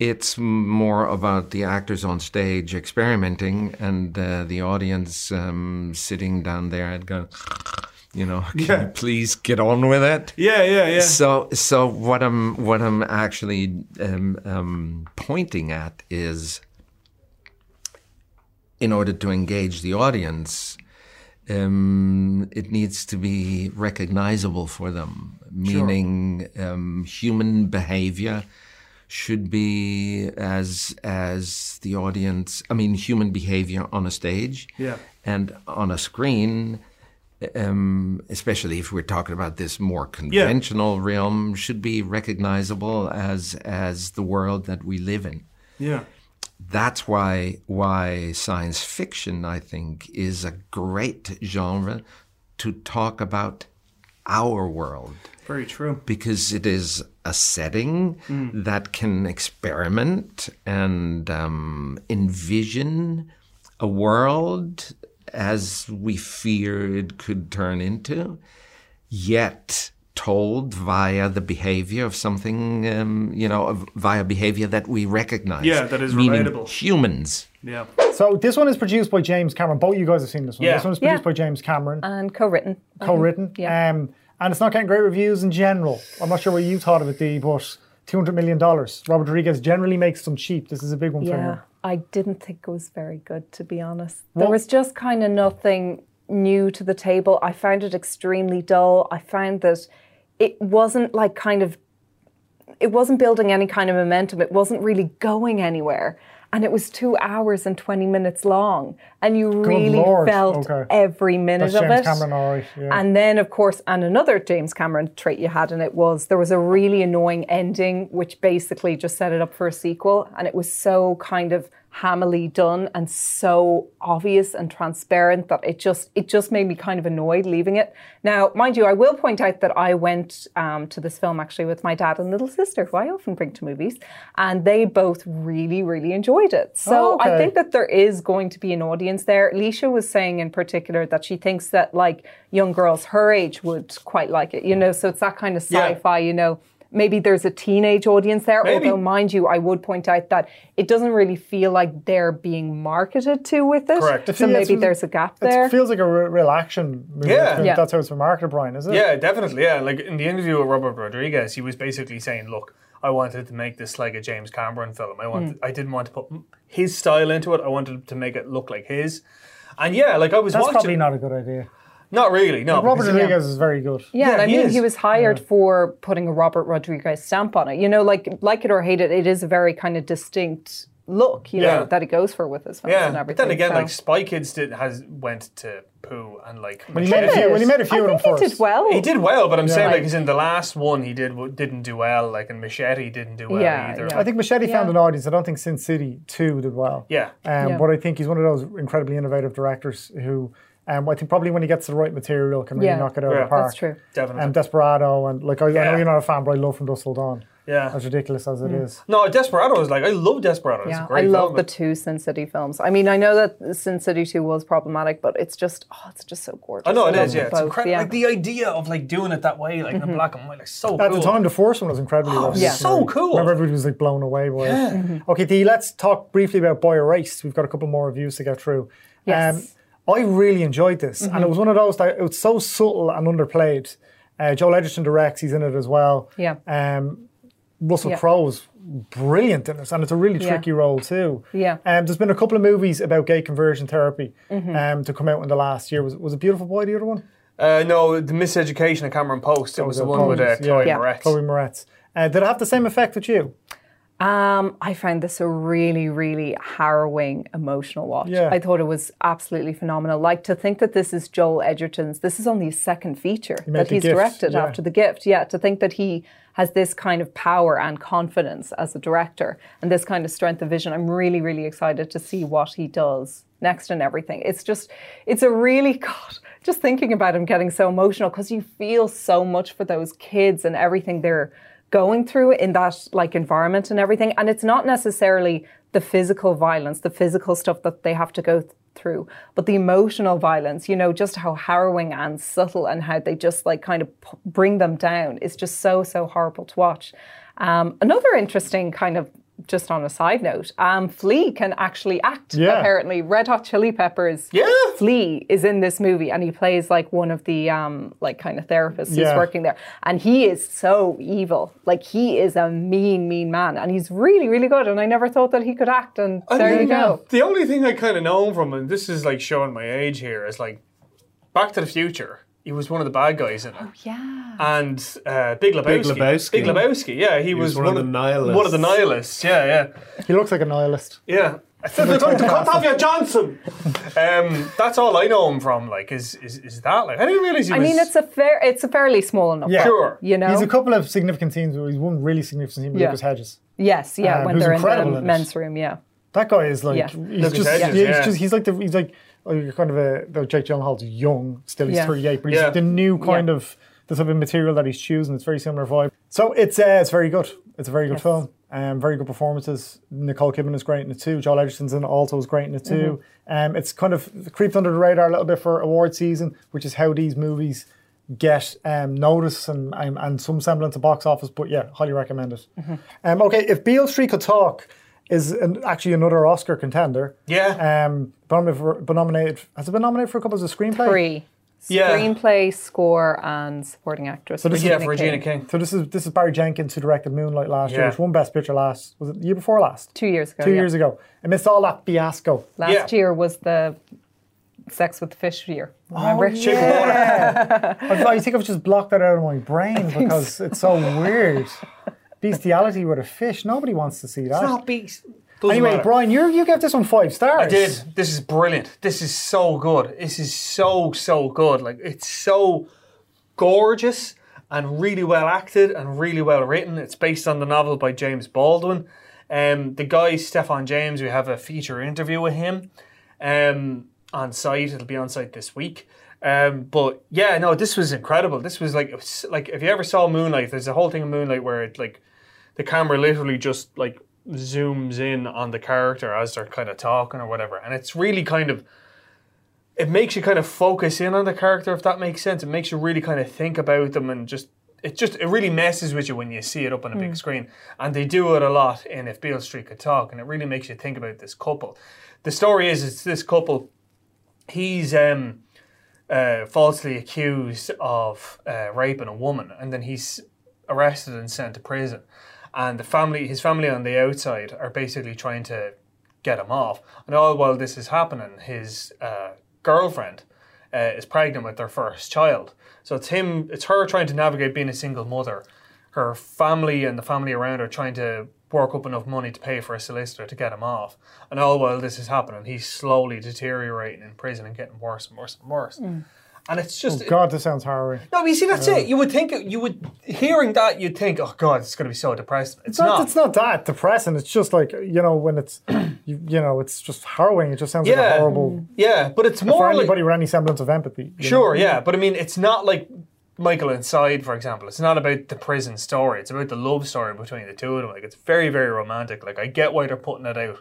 [SPEAKER 1] It's more about the actors on stage experimenting and uh, the audience um, sitting down there and going, you know, <laughs> can you please get on with it.
[SPEAKER 7] Yeah, yeah, yeah.
[SPEAKER 1] So, so what I'm what I'm actually um, um, pointing at is, in order to engage the audience, um, it needs to be recognizable for them. Meaning, um, human behavior should be as as the audience. I mean, human behavior on a stage
[SPEAKER 7] Yeah.
[SPEAKER 1] and on a screen. Um, especially if we're talking about this more conventional realm, should be recognizable as as the world that we live in
[SPEAKER 7] yeah.
[SPEAKER 1] that's why why science fiction I think is a great genre to talk about our world
[SPEAKER 7] Very true. Mm.
[SPEAKER 1] because it is a setting that can experiment and um, envision a world as we fear it could turn into, yet told via the behavior of something, um, you know, of- via behavior that we recognize.
[SPEAKER 7] Yeah, that is
[SPEAKER 1] meaning
[SPEAKER 7] relatable.
[SPEAKER 1] Humans.
[SPEAKER 7] Yeah.
[SPEAKER 3] So this one is produced by James Cameron. Both you guys have seen this one.
[SPEAKER 5] Yeah.
[SPEAKER 3] This one is produced
[SPEAKER 6] Yeah.
[SPEAKER 3] by James Cameron,
[SPEAKER 6] and co-written.
[SPEAKER 3] Mm-hmm. co-written.
[SPEAKER 6] yeah.
[SPEAKER 3] Um, and it's not getting great reviews in general. I'm not sure what you thought of it, Dee, but two hundred million dollars. Robert Rodriguez generally makes them cheap. This is a big one for
[SPEAKER 6] Yeah,
[SPEAKER 3] him.
[SPEAKER 6] I didn't think it was very good, to be honest. There was just kind of nothing new to the table. I found it extremely dull. I found that it wasn't like kind of, it wasn't building any kind of momentum. It wasn't really going anywhere. And it was two hours and 20 minutes long. And you really
[SPEAKER 3] Lord,
[SPEAKER 6] felt
[SPEAKER 3] okay.
[SPEAKER 6] every minute
[SPEAKER 3] That's
[SPEAKER 6] of
[SPEAKER 3] James
[SPEAKER 6] it.
[SPEAKER 3] Cameron, all right. Yeah.
[SPEAKER 6] And then, of course, and another James Cameron trait you had in it was there was a really annoying ending, which basically just set it up for a sequel. And it was so kind of hamily done and so obvious and transparent that it just it just made me kind of annoyed leaving it. Now, mind you, I will point out that I went um, to this film actually with my dad and little sister, who I often bring to movies, and they both really, really enjoyed it. So
[SPEAKER 3] Oh, okay.
[SPEAKER 6] I think that that there is going to be an audience there. Leisha was saying in particular that she thinks that like young girls her age would quite like it, you know. So it's that kind of
[SPEAKER 7] Yeah.
[SPEAKER 6] sci-fi, you know. Maybe there's a teenage audience there.
[SPEAKER 7] Maybe.
[SPEAKER 6] Although, mind you, I would point out that it doesn't really feel like they're being marketed to with it.
[SPEAKER 7] Correct.
[SPEAKER 6] So
[SPEAKER 3] Yeah, it's-
[SPEAKER 6] maybe there's a gap there.
[SPEAKER 3] It feels like a re- real action movie.
[SPEAKER 5] Yeah.
[SPEAKER 3] It's been-
[SPEAKER 6] Yeah.
[SPEAKER 3] That's how it's been marketed, Brian, is it?
[SPEAKER 5] Yeah, definitely. Yeah, like in the interview with Robert Rodriguez, he was basically saying, "Look, I wanted to make this like a James Cameron film. I
[SPEAKER 3] Mm.
[SPEAKER 5] wanted, I didn't want to put m- his style into it. I wanted to make it look like his." And yeah, like I was
[SPEAKER 3] That's
[SPEAKER 5] watching.
[SPEAKER 3] probably not a good idea.
[SPEAKER 5] Not really. No,
[SPEAKER 3] Robert
[SPEAKER 5] because-
[SPEAKER 3] Rodriguez is very good.
[SPEAKER 6] Yeah,
[SPEAKER 5] Yeah,
[SPEAKER 6] and I
[SPEAKER 5] he
[SPEAKER 6] mean,
[SPEAKER 5] is.
[SPEAKER 6] he was hired for putting a Robert Rodriguez stamp on it. You know, like like it or hate it, it is a very kind of distinct look, you
[SPEAKER 5] Yeah.
[SPEAKER 6] know, that it goes for with his films and
[SPEAKER 5] Yeah, but
[SPEAKER 6] everything.
[SPEAKER 5] then again,
[SPEAKER 6] so-
[SPEAKER 5] like Spy Kids did has went to poo and like
[SPEAKER 3] When he made a few, when he made a few
[SPEAKER 6] I
[SPEAKER 3] of them
[SPEAKER 6] think he
[SPEAKER 3] first.
[SPEAKER 6] did well.
[SPEAKER 5] He did well, but I'm saying like
[SPEAKER 6] Like-
[SPEAKER 5] he's in the last one he did w- didn't do well. Like and Machete didn't do well
[SPEAKER 6] Yeah,
[SPEAKER 5] either.
[SPEAKER 6] yeah.
[SPEAKER 3] I think Machete
[SPEAKER 6] Yeah.
[SPEAKER 3] found an audience. I don't think Sin City 2 did well.
[SPEAKER 5] Yeah.
[SPEAKER 3] Um,
[SPEAKER 6] Yeah.
[SPEAKER 3] But I think he's one of those incredibly innovative directors who, um, I think probably when he gets the right material, can really
[SPEAKER 6] Yeah.
[SPEAKER 3] knock it out
[SPEAKER 5] Yeah.
[SPEAKER 3] of the park.
[SPEAKER 6] That's true.
[SPEAKER 5] Definitely.
[SPEAKER 3] And Desperado, and like, I, I
[SPEAKER 5] Yeah.
[SPEAKER 3] know you're not a fan, but I love From Dust Till Dawn.
[SPEAKER 5] yeah.
[SPEAKER 3] As ridiculous as
[SPEAKER 6] Mm.
[SPEAKER 3] it is.
[SPEAKER 5] No, Desperado is like I love Desperado. it's
[SPEAKER 6] Yeah,
[SPEAKER 5] a
[SPEAKER 6] I
[SPEAKER 5] great
[SPEAKER 6] love
[SPEAKER 5] film,
[SPEAKER 6] the
[SPEAKER 5] but-
[SPEAKER 6] two Sin City films. I mean, I know that Sin City 2 was problematic, but it's just, oh, it's just so gorgeous.
[SPEAKER 5] I know it
[SPEAKER 6] love
[SPEAKER 5] is.
[SPEAKER 6] them
[SPEAKER 5] Yeah, it's
[SPEAKER 6] both,
[SPEAKER 5] incredible.
[SPEAKER 6] yeah. Mm-hmm.
[SPEAKER 5] Like the idea of like doing it that way, like in black and white, like so
[SPEAKER 3] At
[SPEAKER 5] cool.
[SPEAKER 3] the time, the first one was incredibly oh,
[SPEAKER 6] yeah.
[SPEAKER 5] so cool.
[SPEAKER 3] Remember, everybody was like blown away by it.
[SPEAKER 6] Mm-hmm.
[SPEAKER 3] Mm-hmm. Okay, Dee, let's talk briefly about Boy Race. We've got a couple more reviews to get through.
[SPEAKER 6] Yes. Mm-hmm.
[SPEAKER 3] Um, I really enjoyed this, and it was one of those that it was so subtle and underplayed. Uh, Joel Edgerton directs; he's in it as well.
[SPEAKER 6] Yeah.
[SPEAKER 3] Um, Russell
[SPEAKER 6] Yeah.
[SPEAKER 3] Crowe's brilliant in it, and it's a really
[SPEAKER 6] Yeah.
[SPEAKER 3] tricky role too.
[SPEAKER 6] Yeah. Mm-hmm.
[SPEAKER 3] Um, there's been a couple of movies about gay conversion therapy um, to come out in the last year. Was was a beautiful boy the other one?
[SPEAKER 5] Uh, no, the Miseducation of Cameron Post. It was the
[SPEAKER 3] the
[SPEAKER 5] one with uh,
[SPEAKER 3] Post, yeah.
[SPEAKER 5] Chloe
[SPEAKER 6] Yeah.
[SPEAKER 5] Moretz.
[SPEAKER 3] Chloe Moretz. Uh, did it have the same effect with you?
[SPEAKER 6] Um, I found this a really, really harrowing, emotional watch.
[SPEAKER 3] Yeah.
[SPEAKER 6] I thought it was absolutely phenomenal. Like to think that this is Joel Edgerton's, this is only his second feature
[SPEAKER 3] made
[SPEAKER 6] that
[SPEAKER 3] The
[SPEAKER 6] he's
[SPEAKER 3] Gift,
[SPEAKER 6] directed
[SPEAKER 3] yeah.
[SPEAKER 6] after The Gift. Yeah, to think that he has this kind of power and confidence as a director and this kind of strength of vision. I'm really, really excited to see what he does next and everything. It's just, it's a really, <laughs> God, just thinking about him getting so emotional because you feel so much for those kids and everything they're going through in that like environment and everything and it's not necessarily the physical violence the physical stuff that they have to go th- through but the emotional violence you know just how harrowing and subtle and how they just like kind of p- bring them down is just so so horrible to watch um, another interesting kind of just on a side note, um, Flea can actually act.
[SPEAKER 3] Yeah.
[SPEAKER 6] Apparently, Red Hot Chili Peppers.
[SPEAKER 5] Yeah.
[SPEAKER 6] Flea is in this movie, and he plays like one of the um, like kind of therapists
[SPEAKER 3] Yeah.
[SPEAKER 6] who's working there, and he is so evil. Like he is a mean, mean man, and he's really, really good. And I never thought that he could act. And there you
[SPEAKER 3] yeah.
[SPEAKER 6] go.
[SPEAKER 5] The only thing I kind of know him from, and this is like showing my age here, is like Back to the Future. He was one of the bad guys in it.
[SPEAKER 6] Oh, Yeah.
[SPEAKER 5] And uh, Big Lebowski.
[SPEAKER 4] Lebowski.
[SPEAKER 5] Big Lebowski, yeah. He,
[SPEAKER 4] was
[SPEAKER 5] was,
[SPEAKER 4] one of the nihilists.
[SPEAKER 5] One of the nihilists, yeah, yeah.
[SPEAKER 3] He looks like a nihilist.
[SPEAKER 5] Yeah. I said they're <laughs> going to cut off your Johnson. Um, that's all I know him from. Like, is is, is that like? I didn't realize he
[SPEAKER 6] I
[SPEAKER 5] was.
[SPEAKER 6] mean, it's a fair, it's a fairly small enough.
[SPEAKER 3] Yeah.
[SPEAKER 6] part,
[SPEAKER 5] Sure.
[SPEAKER 6] You know.
[SPEAKER 3] He's a couple of significant scenes where he's one really significant scene with
[SPEAKER 6] Yeah.
[SPEAKER 3] Lucas Hedges.
[SPEAKER 6] yes. Yeah.
[SPEAKER 3] Um,
[SPEAKER 6] when
[SPEAKER 3] who's
[SPEAKER 6] they're in
[SPEAKER 3] incredible
[SPEAKER 6] the
[SPEAKER 3] in it.
[SPEAKER 6] men's room. Yeah.
[SPEAKER 3] That guy is like
[SPEAKER 6] Yeah.
[SPEAKER 3] he's just,
[SPEAKER 5] Hedges,
[SPEAKER 3] yeah,
[SPEAKER 5] yeah.
[SPEAKER 3] He's, just he's like the he's like oh, you're kind of a though Jake Gyllenhaal's young still he's
[SPEAKER 6] Yeah.
[SPEAKER 3] 38 but he's
[SPEAKER 5] Yeah.
[SPEAKER 3] the new kind
[SPEAKER 6] Yeah.
[SPEAKER 3] of the type of material that he's choosing it's very similar vibe so it's uh, it's very good it's a very good film um, very good performances Nicole Kidman is great in it too Joel Edgerton's in it also is great in it too
[SPEAKER 6] Mm-hmm.
[SPEAKER 3] um, it's kind of creeped under the radar a little bit for award season which is how these movies get um, notice and, and and some semblance of box office but yeah highly recommend it
[SPEAKER 6] Mm-hmm.
[SPEAKER 3] um, okay if Beale Street could talk is an, actually another Oscar contender
[SPEAKER 5] yeah.
[SPEAKER 3] um, been nominated for- been nominated. Has it been nominated for a couple of screenplay?
[SPEAKER 6] Three.
[SPEAKER 5] Yeah.
[SPEAKER 6] Screenplay, score, and supporting actress. So
[SPEAKER 3] this is-
[SPEAKER 5] yeah, for Regina King.
[SPEAKER 3] So this is this is Barry Jenkins who directed Moonlight last year,
[SPEAKER 5] Yeah.
[SPEAKER 3] which won Best Picture last was it the year before last?
[SPEAKER 6] Two years ago.
[SPEAKER 3] Two
[SPEAKER 6] yeah.
[SPEAKER 3] years ago. Amidst all that
[SPEAKER 5] <laughs>
[SPEAKER 3] fiasco.
[SPEAKER 6] Last
[SPEAKER 5] Yeah.
[SPEAKER 6] year was the Sex with the Fish year.
[SPEAKER 3] Oh,
[SPEAKER 6] Remember?
[SPEAKER 3] I, I think I've just blocked that out of my brain because it's so weird. Bestiality with a fish. Nobody wants to see that.
[SPEAKER 5] beast.
[SPEAKER 3] anyway, Brian, you you gave this one five stars.
[SPEAKER 5] I did. This is brilliant. This is so good. This is so so good. Like it's so gorgeous and really well acted and really well written. It's based on the novel by James Baldwin. Um, the guy Stefan James. We have a feature interview with him um, on site. It'll be on site this week. Um, but yeah, no, this was incredible. This was like it was- like if you ever saw Moonlight, there's a whole thing in Moonlight where it like the camera literally just like zooms in on the character as they're kind of talking or whatever and it's really kind of it makes you kind of focus in on the character if that makes sense it makes you really kind of think about them and just it just it really messes with you when you see it up on a big screen and they do it a lot in if beale street could talk and it really makes you think about this couple the story is it's this couple he's um uh, falsely accused of uh, raping a woman, and then he's arrested and sent to prison. And the family, his family on the outside, are basically trying to get him off. And all while this is happening, his uh, girlfriend uh, is pregnant with their first child. So it's him, it's her trying to navigate being a single mother. Her family and the family around her trying to work up enough money to pay for a solicitor to get him off. And all while this is happening, he's slowly deteriorating in prison and getting worse and worse and worse. And it's just,
[SPEAKER 3] Oh, God, this sounds harrowing.
[SPEAKER 5] no, but you see, that's it. You would think you would hearing that, you'd think, oh god, it's going to be so depressing. It's,
[SPEAKER 3] It's
[SPEAKER 5] not.
[SPEAKER 3] not, it's not that depressing. It's just like you know when
[SPEAKER 5] <clears throat>
[SPEAKER 3] it's you, you know it's just harrowing. It just sounds like a
[SPEAKER 5] Yeah.
[SPEAKER 3] horrible
[SPEAKER 5] yeah, but it's more
[SPEAKER 3] for
[SPEAKER 5] like
[SPEAKER 3] anybody with any semblance of empathy. you know?
[SPEAKER 5] sure, yeah, but I mean, it's not like Michael Inside, for example. It's not about the prison story. It's about the love story between the two of them. Like it's very, very romantic. Like I get why they're putting it out.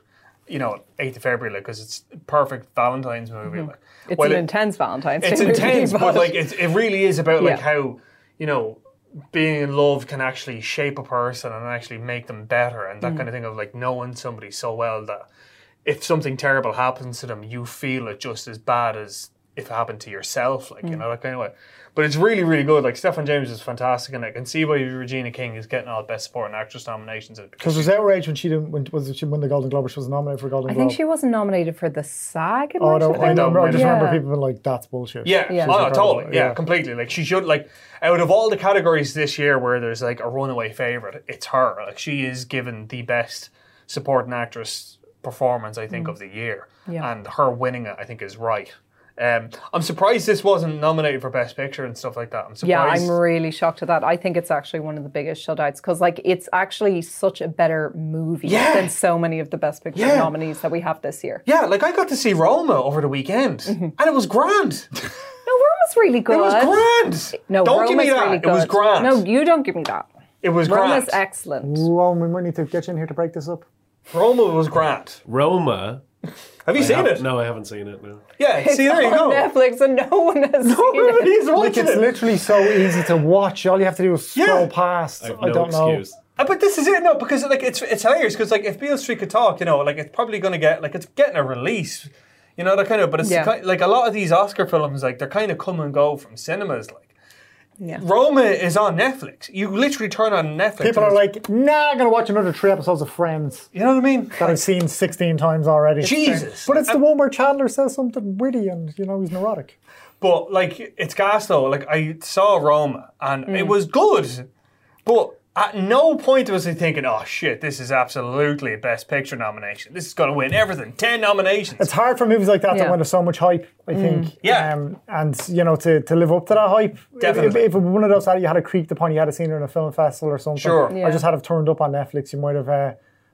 [SPEAKER 5] You know, eighth of February, because it's a perfect Valentine's movie. Like,
[SPEAKER 6] It's
[SPEAKER 5] while
[SPEAKER 6] an
[SPEAKER 5] it-
[SPEAKER 6] intense
[SPEAKER 5] <laughs>
[SPEAKER 6] Valentine's
[SPEAKER 5] it's
[SPEAKER 6] Day movie,
[SPEAKER 5] intense,
[SPEAKER 6] <laughs>
[SPEAKER 5] but like it, it really is about like
[SPEAKER 6] Yeah.
[SPEAKER 5] how you know being in love can actually shape a person and actually make them better, and that kind of thing of like knowing somebody so well that if something terrible happens to them, you feel it just as bad as if it happened to yourself, like you know that kind of way. But it's really, really good. Like Stephen James is fantastic, and I can see why Regina King is getting all best supporting actress nominations.
[SPEAKER 3] Because there's outrage when she didn't when, was she won the Golden Globe or she was nominated for a Golden
[SPEAKER 6] I
[SPEAKER 3] Globe.
[SPEAKER 6] think she wasn't nominated for the SAG. it
[SPEAKER 3] Oh,
[SPEAKER 6] might
[SPEAKER 3] no,
[SPEAKER 6] have
[SPEAKER 3] I,
[SPEAKER 6] been.
[SPEAKER 3] remember, I
[SPEAKER 5] Yeah.
[SPEAKER 3] just remember people being like, "That's bullshit."
[SPEAKER 5] Yeah,
[SPEAKER 6] Yeah.
[SPEAKER 5] Oh, no,
[SPEAKER 3] She's
[SPEAKER 5] totally.
[SPEAKER 3] incredible,
[SPEAKER 5] Yeah,
[SPEAKER 3] yeah.
[SPEAKER 5] completely. Like she should like out of all the categories this year where there's like a runaway favorite, it's her. Like she is given the best supporting actress performance I think of the year,
[SPEAKER 6] Mm. Yeah.
[SPEAKER 5] and her winning it I think is right. Um, I'm surprised this wasn't nominated for best picture and stuff like that. I'm surprised.
[SPEAKER 6] Yeah, I'm really shocked at that. I think it's actually one of the biggest shutouts because, like, it's actually such a better movie
[SPEAKER 5] Yeah.
[SPEAKER 6] than so many of the Best Picture
[SPEAKER 5] Yeah.
[SPEAKER 6] nominees that we have this year.
[SPEAKER 5] yeah, like I got to see Roma over the weekend,
[SPEAKER 6] Mm-hmm.
[SPEAKER 5] and it was
[SPEAKER 6] <laughs>
[SPEAKER 5] grand.
[SPEAKER 6] No, Roma's really good.
[SPEAKER 5] It was grand.
[SPEAKER 6] No,
[SPEAKER 5] don't
[SPEAKER 6] Roma's
[SPEAKER 5] give me that.
[SPEAKER 6] really
[SPEAKER 5] It was
[SPEAKER 6] good.
[SPEAKER 5] grand.
[SPEAKER 6] No, you don't give me that.
[SPEAKER 5] it was
[SPEAKER 6] Roma's
[SPEAKER 5] grand.
[SPEAKER 6] excellent.
[SPEAKER 3] Well, we might need to get you in here to break this up.
[SPEAKER 5] Roma was grand.
[SPEAKER 4] Roma.
[SPEAKER 5] Have you
[SPEAKER 4] I
[SPEAKER 5] seen
[SPEAKER 4] have-
[SPEAKER 5] it?
[SPEAKER 4] No, I haven't seen it. No.
[SPEAKER 5] Yeah, see there you go.
[SPEAKER 6] on Netflix, and no one
[SPEAKER 5] <laughs>
[SPEAKER 6] has seen it.
[SPEAKER 5] Nobody's
[SPEAKER 3] Like
[SPEAKER 5] watching
[SPEAKER 3] it's
[SPEAKER 5] it.
[SPEAKER 3] literally so easy to watch. All you have to do is
[SPEAKER 5] Yeah.
[SPEAKER 3] scroll past.
[SPEAKER 4] I have
[SPEAKER 3] I
[SPEAKER 4] no
[SPEAKER 3] don't know.
[SPEAKER 4] excuse.
[SPEAKER 5] Uh, But this is it, no, because like it's it's hilarious because like if Beale Street could talk, you know, like it's probably going to get like it's getting a release, you know, that kind of. But it's the
[SPEAKER 6] Yeah.
[SPEAKER 5] kind, like a lot of these Oscar films, like they're kind of come and go from cinemas. Like
[SPEAKER 6] Yeah.
[SPEAKER 5] Roma is on Netflix. You literally turn on Netflix.
[SPEAKER 3] People
[SPEAKER 5] and
[SPEAKER 3] are
[SPEAKER 5] it's-
[SPEAKER 3] like, nah, I'm going to watch another three episodes of Friends
[SPEAKER 5] you know what I mean?
[SPEAKER 3] <laughs> that I've seen 16 times already.
[SPEAKER 5] Jesus. Uh,
[SPEAKER 3] But it's the one where Chandler says something witty and, you know, he's neurotic.
[SPEAKER 5] But like it's gas though. Like I saw Roma and
[SPEAKER 3] Mm.
[SPEAKER 5] it was good, but at no point was I thinking, oh shit, this is absolutely a best picture nomination. This is going to win everything. Ten nominations.
[SPEAKER 3] It's hard for movies like that
[SPEAKER 6] Yeah. Mm.
[SPEAKER 3] that win with so much hype, I think.
[SPEAKER 5] Yeah.
[SPEAKER 3] Um, and, you know, to, to live up to that hype. If, if,
[SPEAKER 5] Definitely.
[SPEAKER 3] if it was one of those that you had a creaked upon, you had a seen it in a film festival or something,
[SPEAKER 5] Sure.
[SPEAKER 6] Yeah.
[SPEAKER 3] or just had it turned up on Netflix, you might have uh,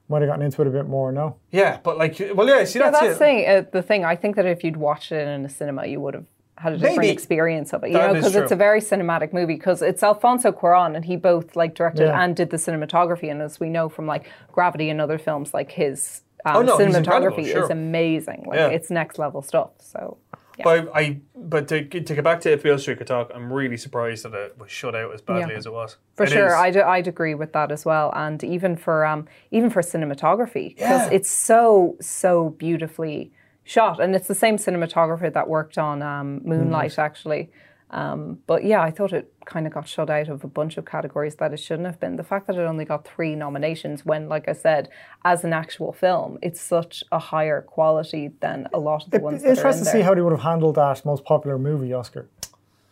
[SPEAKER 3] might have gotten into it a bit more, no?
[SPEAKER 5] yeah, but like, well, yeah, see
[SPEAKER 6] Yeah,
[SPEAKER 5] that's,
[SPEAKER 6] that's,
[SPEAKER 5] it.
[SPEAKER 6] saying, uh, the thing. I think that if you'd watched it in a cinema, you would have had a different
[SPEAKER 5] Maybe.
[SPEAKER 6] experience of it. You
[SPEAKER 5] That
[SPEAKER 6] know,
[SPEAKER 5] is
[SPEAKER 6] because it's
[SPEAKER 5] true.
[SPEAKER 6] a very cinematic movie. Because it's Alfonso Cuarón, and he both like directed
[SPEAKER 3] Yeah.
[SPEAKER 6] and did the cinematography. And as we know from like Gravity and other films, like his um,
[SPEAKER 5] Oh, no, he's incredible,
[SPEAKER 6] cinematography
[SPEAKER 5] sure.
[SPEAKER 6] is amazing. Like
[SPEAKER 5] Yeah.
[SPEAKER 6] it's next level stuff. So
[SPEAKER 5] But I, I- but to, to get back to if Beale Street could talk, I'm really surprised that it was shut out as badly
[SPEAKER 6] Yeah.
[SPEAKER 5] as it was.
[SPEAKER 6] For
[SPEAKER 5] It
[SPEAKER 6] sure,
[SPEAKER 5] is.
[SPEAKER 6] I'd, I'd agree with that as well, and even for um, even for cinematography because
[SPEAKER 5] Yeah.
[SPEAKER 6] it's so so beautifully shot, and it's the same cinematographer that worked on um, Moonlight actually. Um, but yeah, I thought it kind of got shut out of a bunch of categories that it shouldn't have been. The fact that it only got three nominations, when like I said, as an actual film, it's such a higher quality than a lot of the ones. that are in
[SPEAKER 3] Interesting to see
[SPEAKER 6] there.
[SPEAKER 3] how they would have handled that most popular movie Oscar.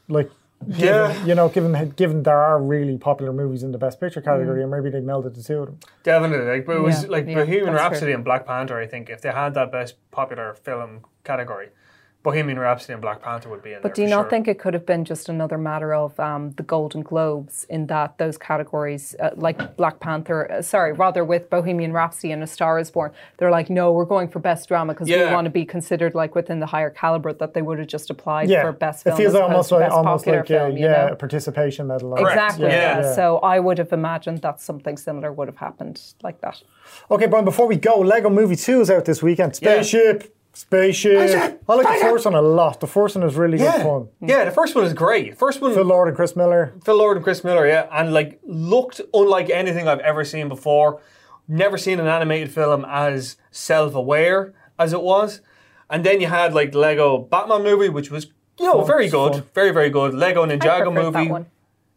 [SPEAKER 3] Like,
[SPEAKER 5] yeah,
[SPEAKER 3] you know, given given there are really popular movies in the Best Picture
[SPEAKER 6] Mm.
[SPEAKER 3] category, and maybe they melded the two of them.
[SPEAKER 5] definitely. Like, but it was
[SPEAKER 6] Yeah,
[SPEAKER 5] like
[SPEAKER 6] yeah,
[SPEAKER 5] Bohemian
[SPEAKER 6] that's
[SPEAKER 5] Rhapsody
[SPEAKER 6] true.
[SPEAKER 5] and Black Panther. I think if they had that best popular film category, Bohemian Rhapsody and Black Panther would be in there.
[SPEAKER 6] But do you
[SPEAKER 5] for
[SPEAKER 6] not
[SPEAKER 5] sure.
[SPEAKER 6] think it could have been just another matter of um, the Golden Globes in that those categories, uh, like Black Panther, uh, sorry, rather with Bohemian Rhapsody and A Star Is Born, they're like, no, we're going for best drama because we
[SPEAKER 5] Yeah.
[SPEAKER 6] want to be considered like within the higher caliber that they would have just applied for best film
[SPEAKER 3] it feels
[SPEAKER 6] as
[SPEAKER 3] almost
[SPEAKER 6] opposed to
[SPEAKER 3] like
[SPEAKER 6] best
[SPEAKER 3] almost
[SPEAKER 6] popular
[SPEAKER 3] like
[SPEAKER 6] film.
[SPEAKER 3] a,
[SPEAKER 6] you
[SPEAKER 3] yeah,
[SPEAKER 6] know?
[SPEAKER 3] a participation medal. or-
[SPEAKER 6] exactly.
[SPEAKER 5] yeah.
[SPEAKER 6] Yeah. So I would have imagined that something similar would have happened like that.
[SPEAKER 3] Okay, Brian. Before we go, Lego Movie Two is out this weekend.
[SPEAKER 5] Yeah.
[SPEAKER 3] Spaceship, spaceship. I like the first one a lot. The first one is really
[SPEAKER 5] Yeah,
[SPEAKER 3] good fun.
[SPEAKER 5] yeah. The first one is great. First one,
[SPEAKER 3] Phil Lord and Chris Miller.
[SPEAKER 5] Phil Lord and Chris Miller, yeah, and like looked unlike anything I've ever seen before. Never seen an animated film as self-aware as it was. And then you had like Lego Batman movie, which was you know very good, very very good. Lego
[SPEAKER 6] I
[SPEAKER 5] Ninjago
[SPEAKER 6] preferred
[SPEAKER 5] movie.
[SPEAKER 6] that one.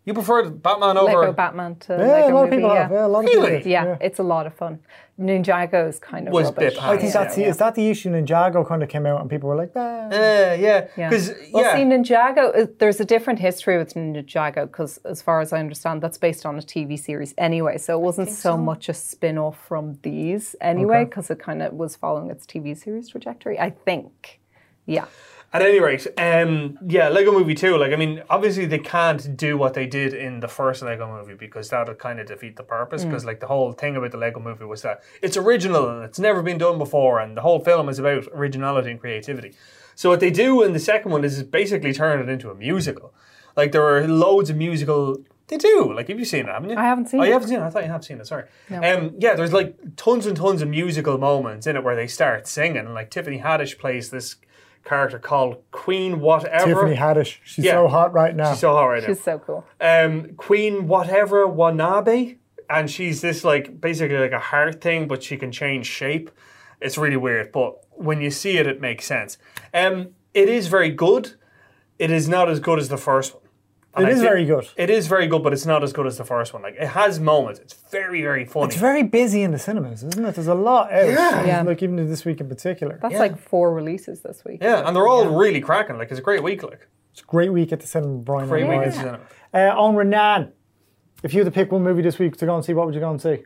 [SPEAKER 5] You preferred Batman
[SPEAKER 6] Lego
[SPEAKER 5] over
[SPEAKER 6] Batman to
[SPEAKER 3] Yeah,
[SPEAKER 6] Lego
[SPEAKER 3] a lot
[SPEAKER 6] movie.
[SPEAKER 3] of people
[SPEAKER 6] yeah.
[SPEAKER 3] have. Yeah, a lot of
[SPEAKER 5] Really?
[SPEAKER 3] people.
[SPEAKER 6] Yeah, it's a lot of fun. Ninjago is kind of
[SPEAKER 5] Was a
[SPEAKER 6] rubbish.
[SPEAKER 5] bit
[SPEAKER 3] I think
[SPEAKER 5] Yeah,
[SPEAKER 3] that's the,
[SPEAKER 6] yeah.
[SPEAKER 3] is that the issue Ninjago kind of came out and people were like, ah.
[SPEAKER 5] Yeah, yeah,
[SPEAKER 6] Yeah.
[SPEAKER 5] because
[SPEAKER 6] Well,
[SPEAKER 5] yeah,
[SPEAKER 6] see, Ninjago, uh, there's a different history with Ninjago because, as far as I understand, that's based on a TV series anyway. So it wasn't so, much a spin off from these anyway because it kind of was following its TV series trajectory, I think. Yeah.
[SPEAKER 5] At any rate, um, yeah, Lego Movie 2, like, I mean, obviously they can't do what they did in the first Lego Movie because that'll kind of defeat the purpose
[SPEAKER 6] Mm.
[SPEAKER 5] because, like, the whole thing about the Lego Movie was that it's original and it's never been done before and the whole film is about originality and creativity. So what they do in the second one is basically turn it into a musical. Like, there are loads of musical... They do. Like, have you seen it, haven't you?
[SPEAKER 6] I haven't seen
[SPEAKER 5] Oh, you
[SPEAKER 6] it.
[SPEAKER 5] haven't seen it? I thought you have seen it, sorry. Um, yeah, there's, like, tons and tons of musical moments in it where they start singing and, like, Tiffany Haddish plays this character called Queen whatever.
[SPEAKER 3] Tiffany Haddish. She's
[SPEAKER 5] Yeah.
[SPEAKER 3] so hot right now.
[SPEAKER 5] She's so hot right now.
[SPEAKER 6] It's so cool.
[SPEAKER 5] Um, Queen whatever Wanabe, and she's this like basically like a heart thing, but she can change shape. It's really weird, but when you see it, it makes sense. Um, it is very good. It is not as good as the first one. And
[SPEAKER 3] It
[SPEAKER 5] I
[SPEAKER 3] is
[SPEAKER 5] think-
[SPEAKER 3] very good.
[SPEAKER 5] It is very good, but it's not as good as the first one. Like it has moments. It's very very funny.
[SPEAKER 3] It's very busy in the cinemas, isn't it? There's a lot out. Yeah.
[SPEAKER 6] Yeah.
[SPEAKER 3] Like even this week in particular.
[SPEAKER 6] That's like four releases this week.
[SPEAKER 5] yeah, and they're all really cracking. Like it's a great week. Like
[SPEAKER 3] It's a great week at the cinema, Brian.
[SPEAKER 5] great
[SPEAKER 3] otherwise.
[SPEAKER 5] week. It's, uh,
[SPEAKER 3] Uh, on Renan, if you had to pick one movie this week to go and see, what would you go and see?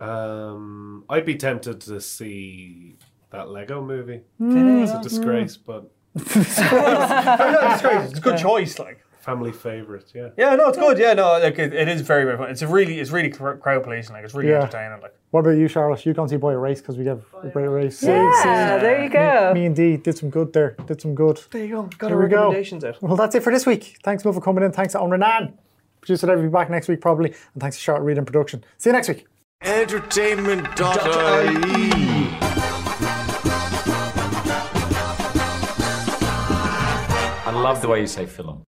[SPEAKER 4] Um, I'd be tempted to see that Lego movie. It's a disgrace, but
[SPEAKER 5] It's great. It's a good choice. Like.
[SPEAKER 4] family favorite. Yeah.
[SPEAKER 5] Yeah, no, it's good. Yeah, no, like it, it is very, very fun. It's a really, it's really cr- crowd pleasing. Like it's really
[SPEAKER 3] Yeah.
[SPEAKER 5] entertaining. Like
[SPEAKER 3] What about you, Charlotte? You go and see Boy Race because we gave a great race.
[SPEAKER 6] Yeah, there you go.
[SPEAKER 3] Me and Dee did some good there. Did some good.
[SPEAKER 5] there you go. Got
[SPEAKER 3] There
[SPEAKER 5] our
[SPEAKER 3] we go.
[SPEAKER 5] recommendations out.
[SPEAKER 3] Well, that's it for this week. Thanks, Will, for coming in. Thanks to On Renan. Producer Dave will be back next week, probably. And thanks to Charlotte Reed in production. See you next week.
[SPEAKER 1] Entertainment.ie.
[SPEAKER 2] I love the way you say film.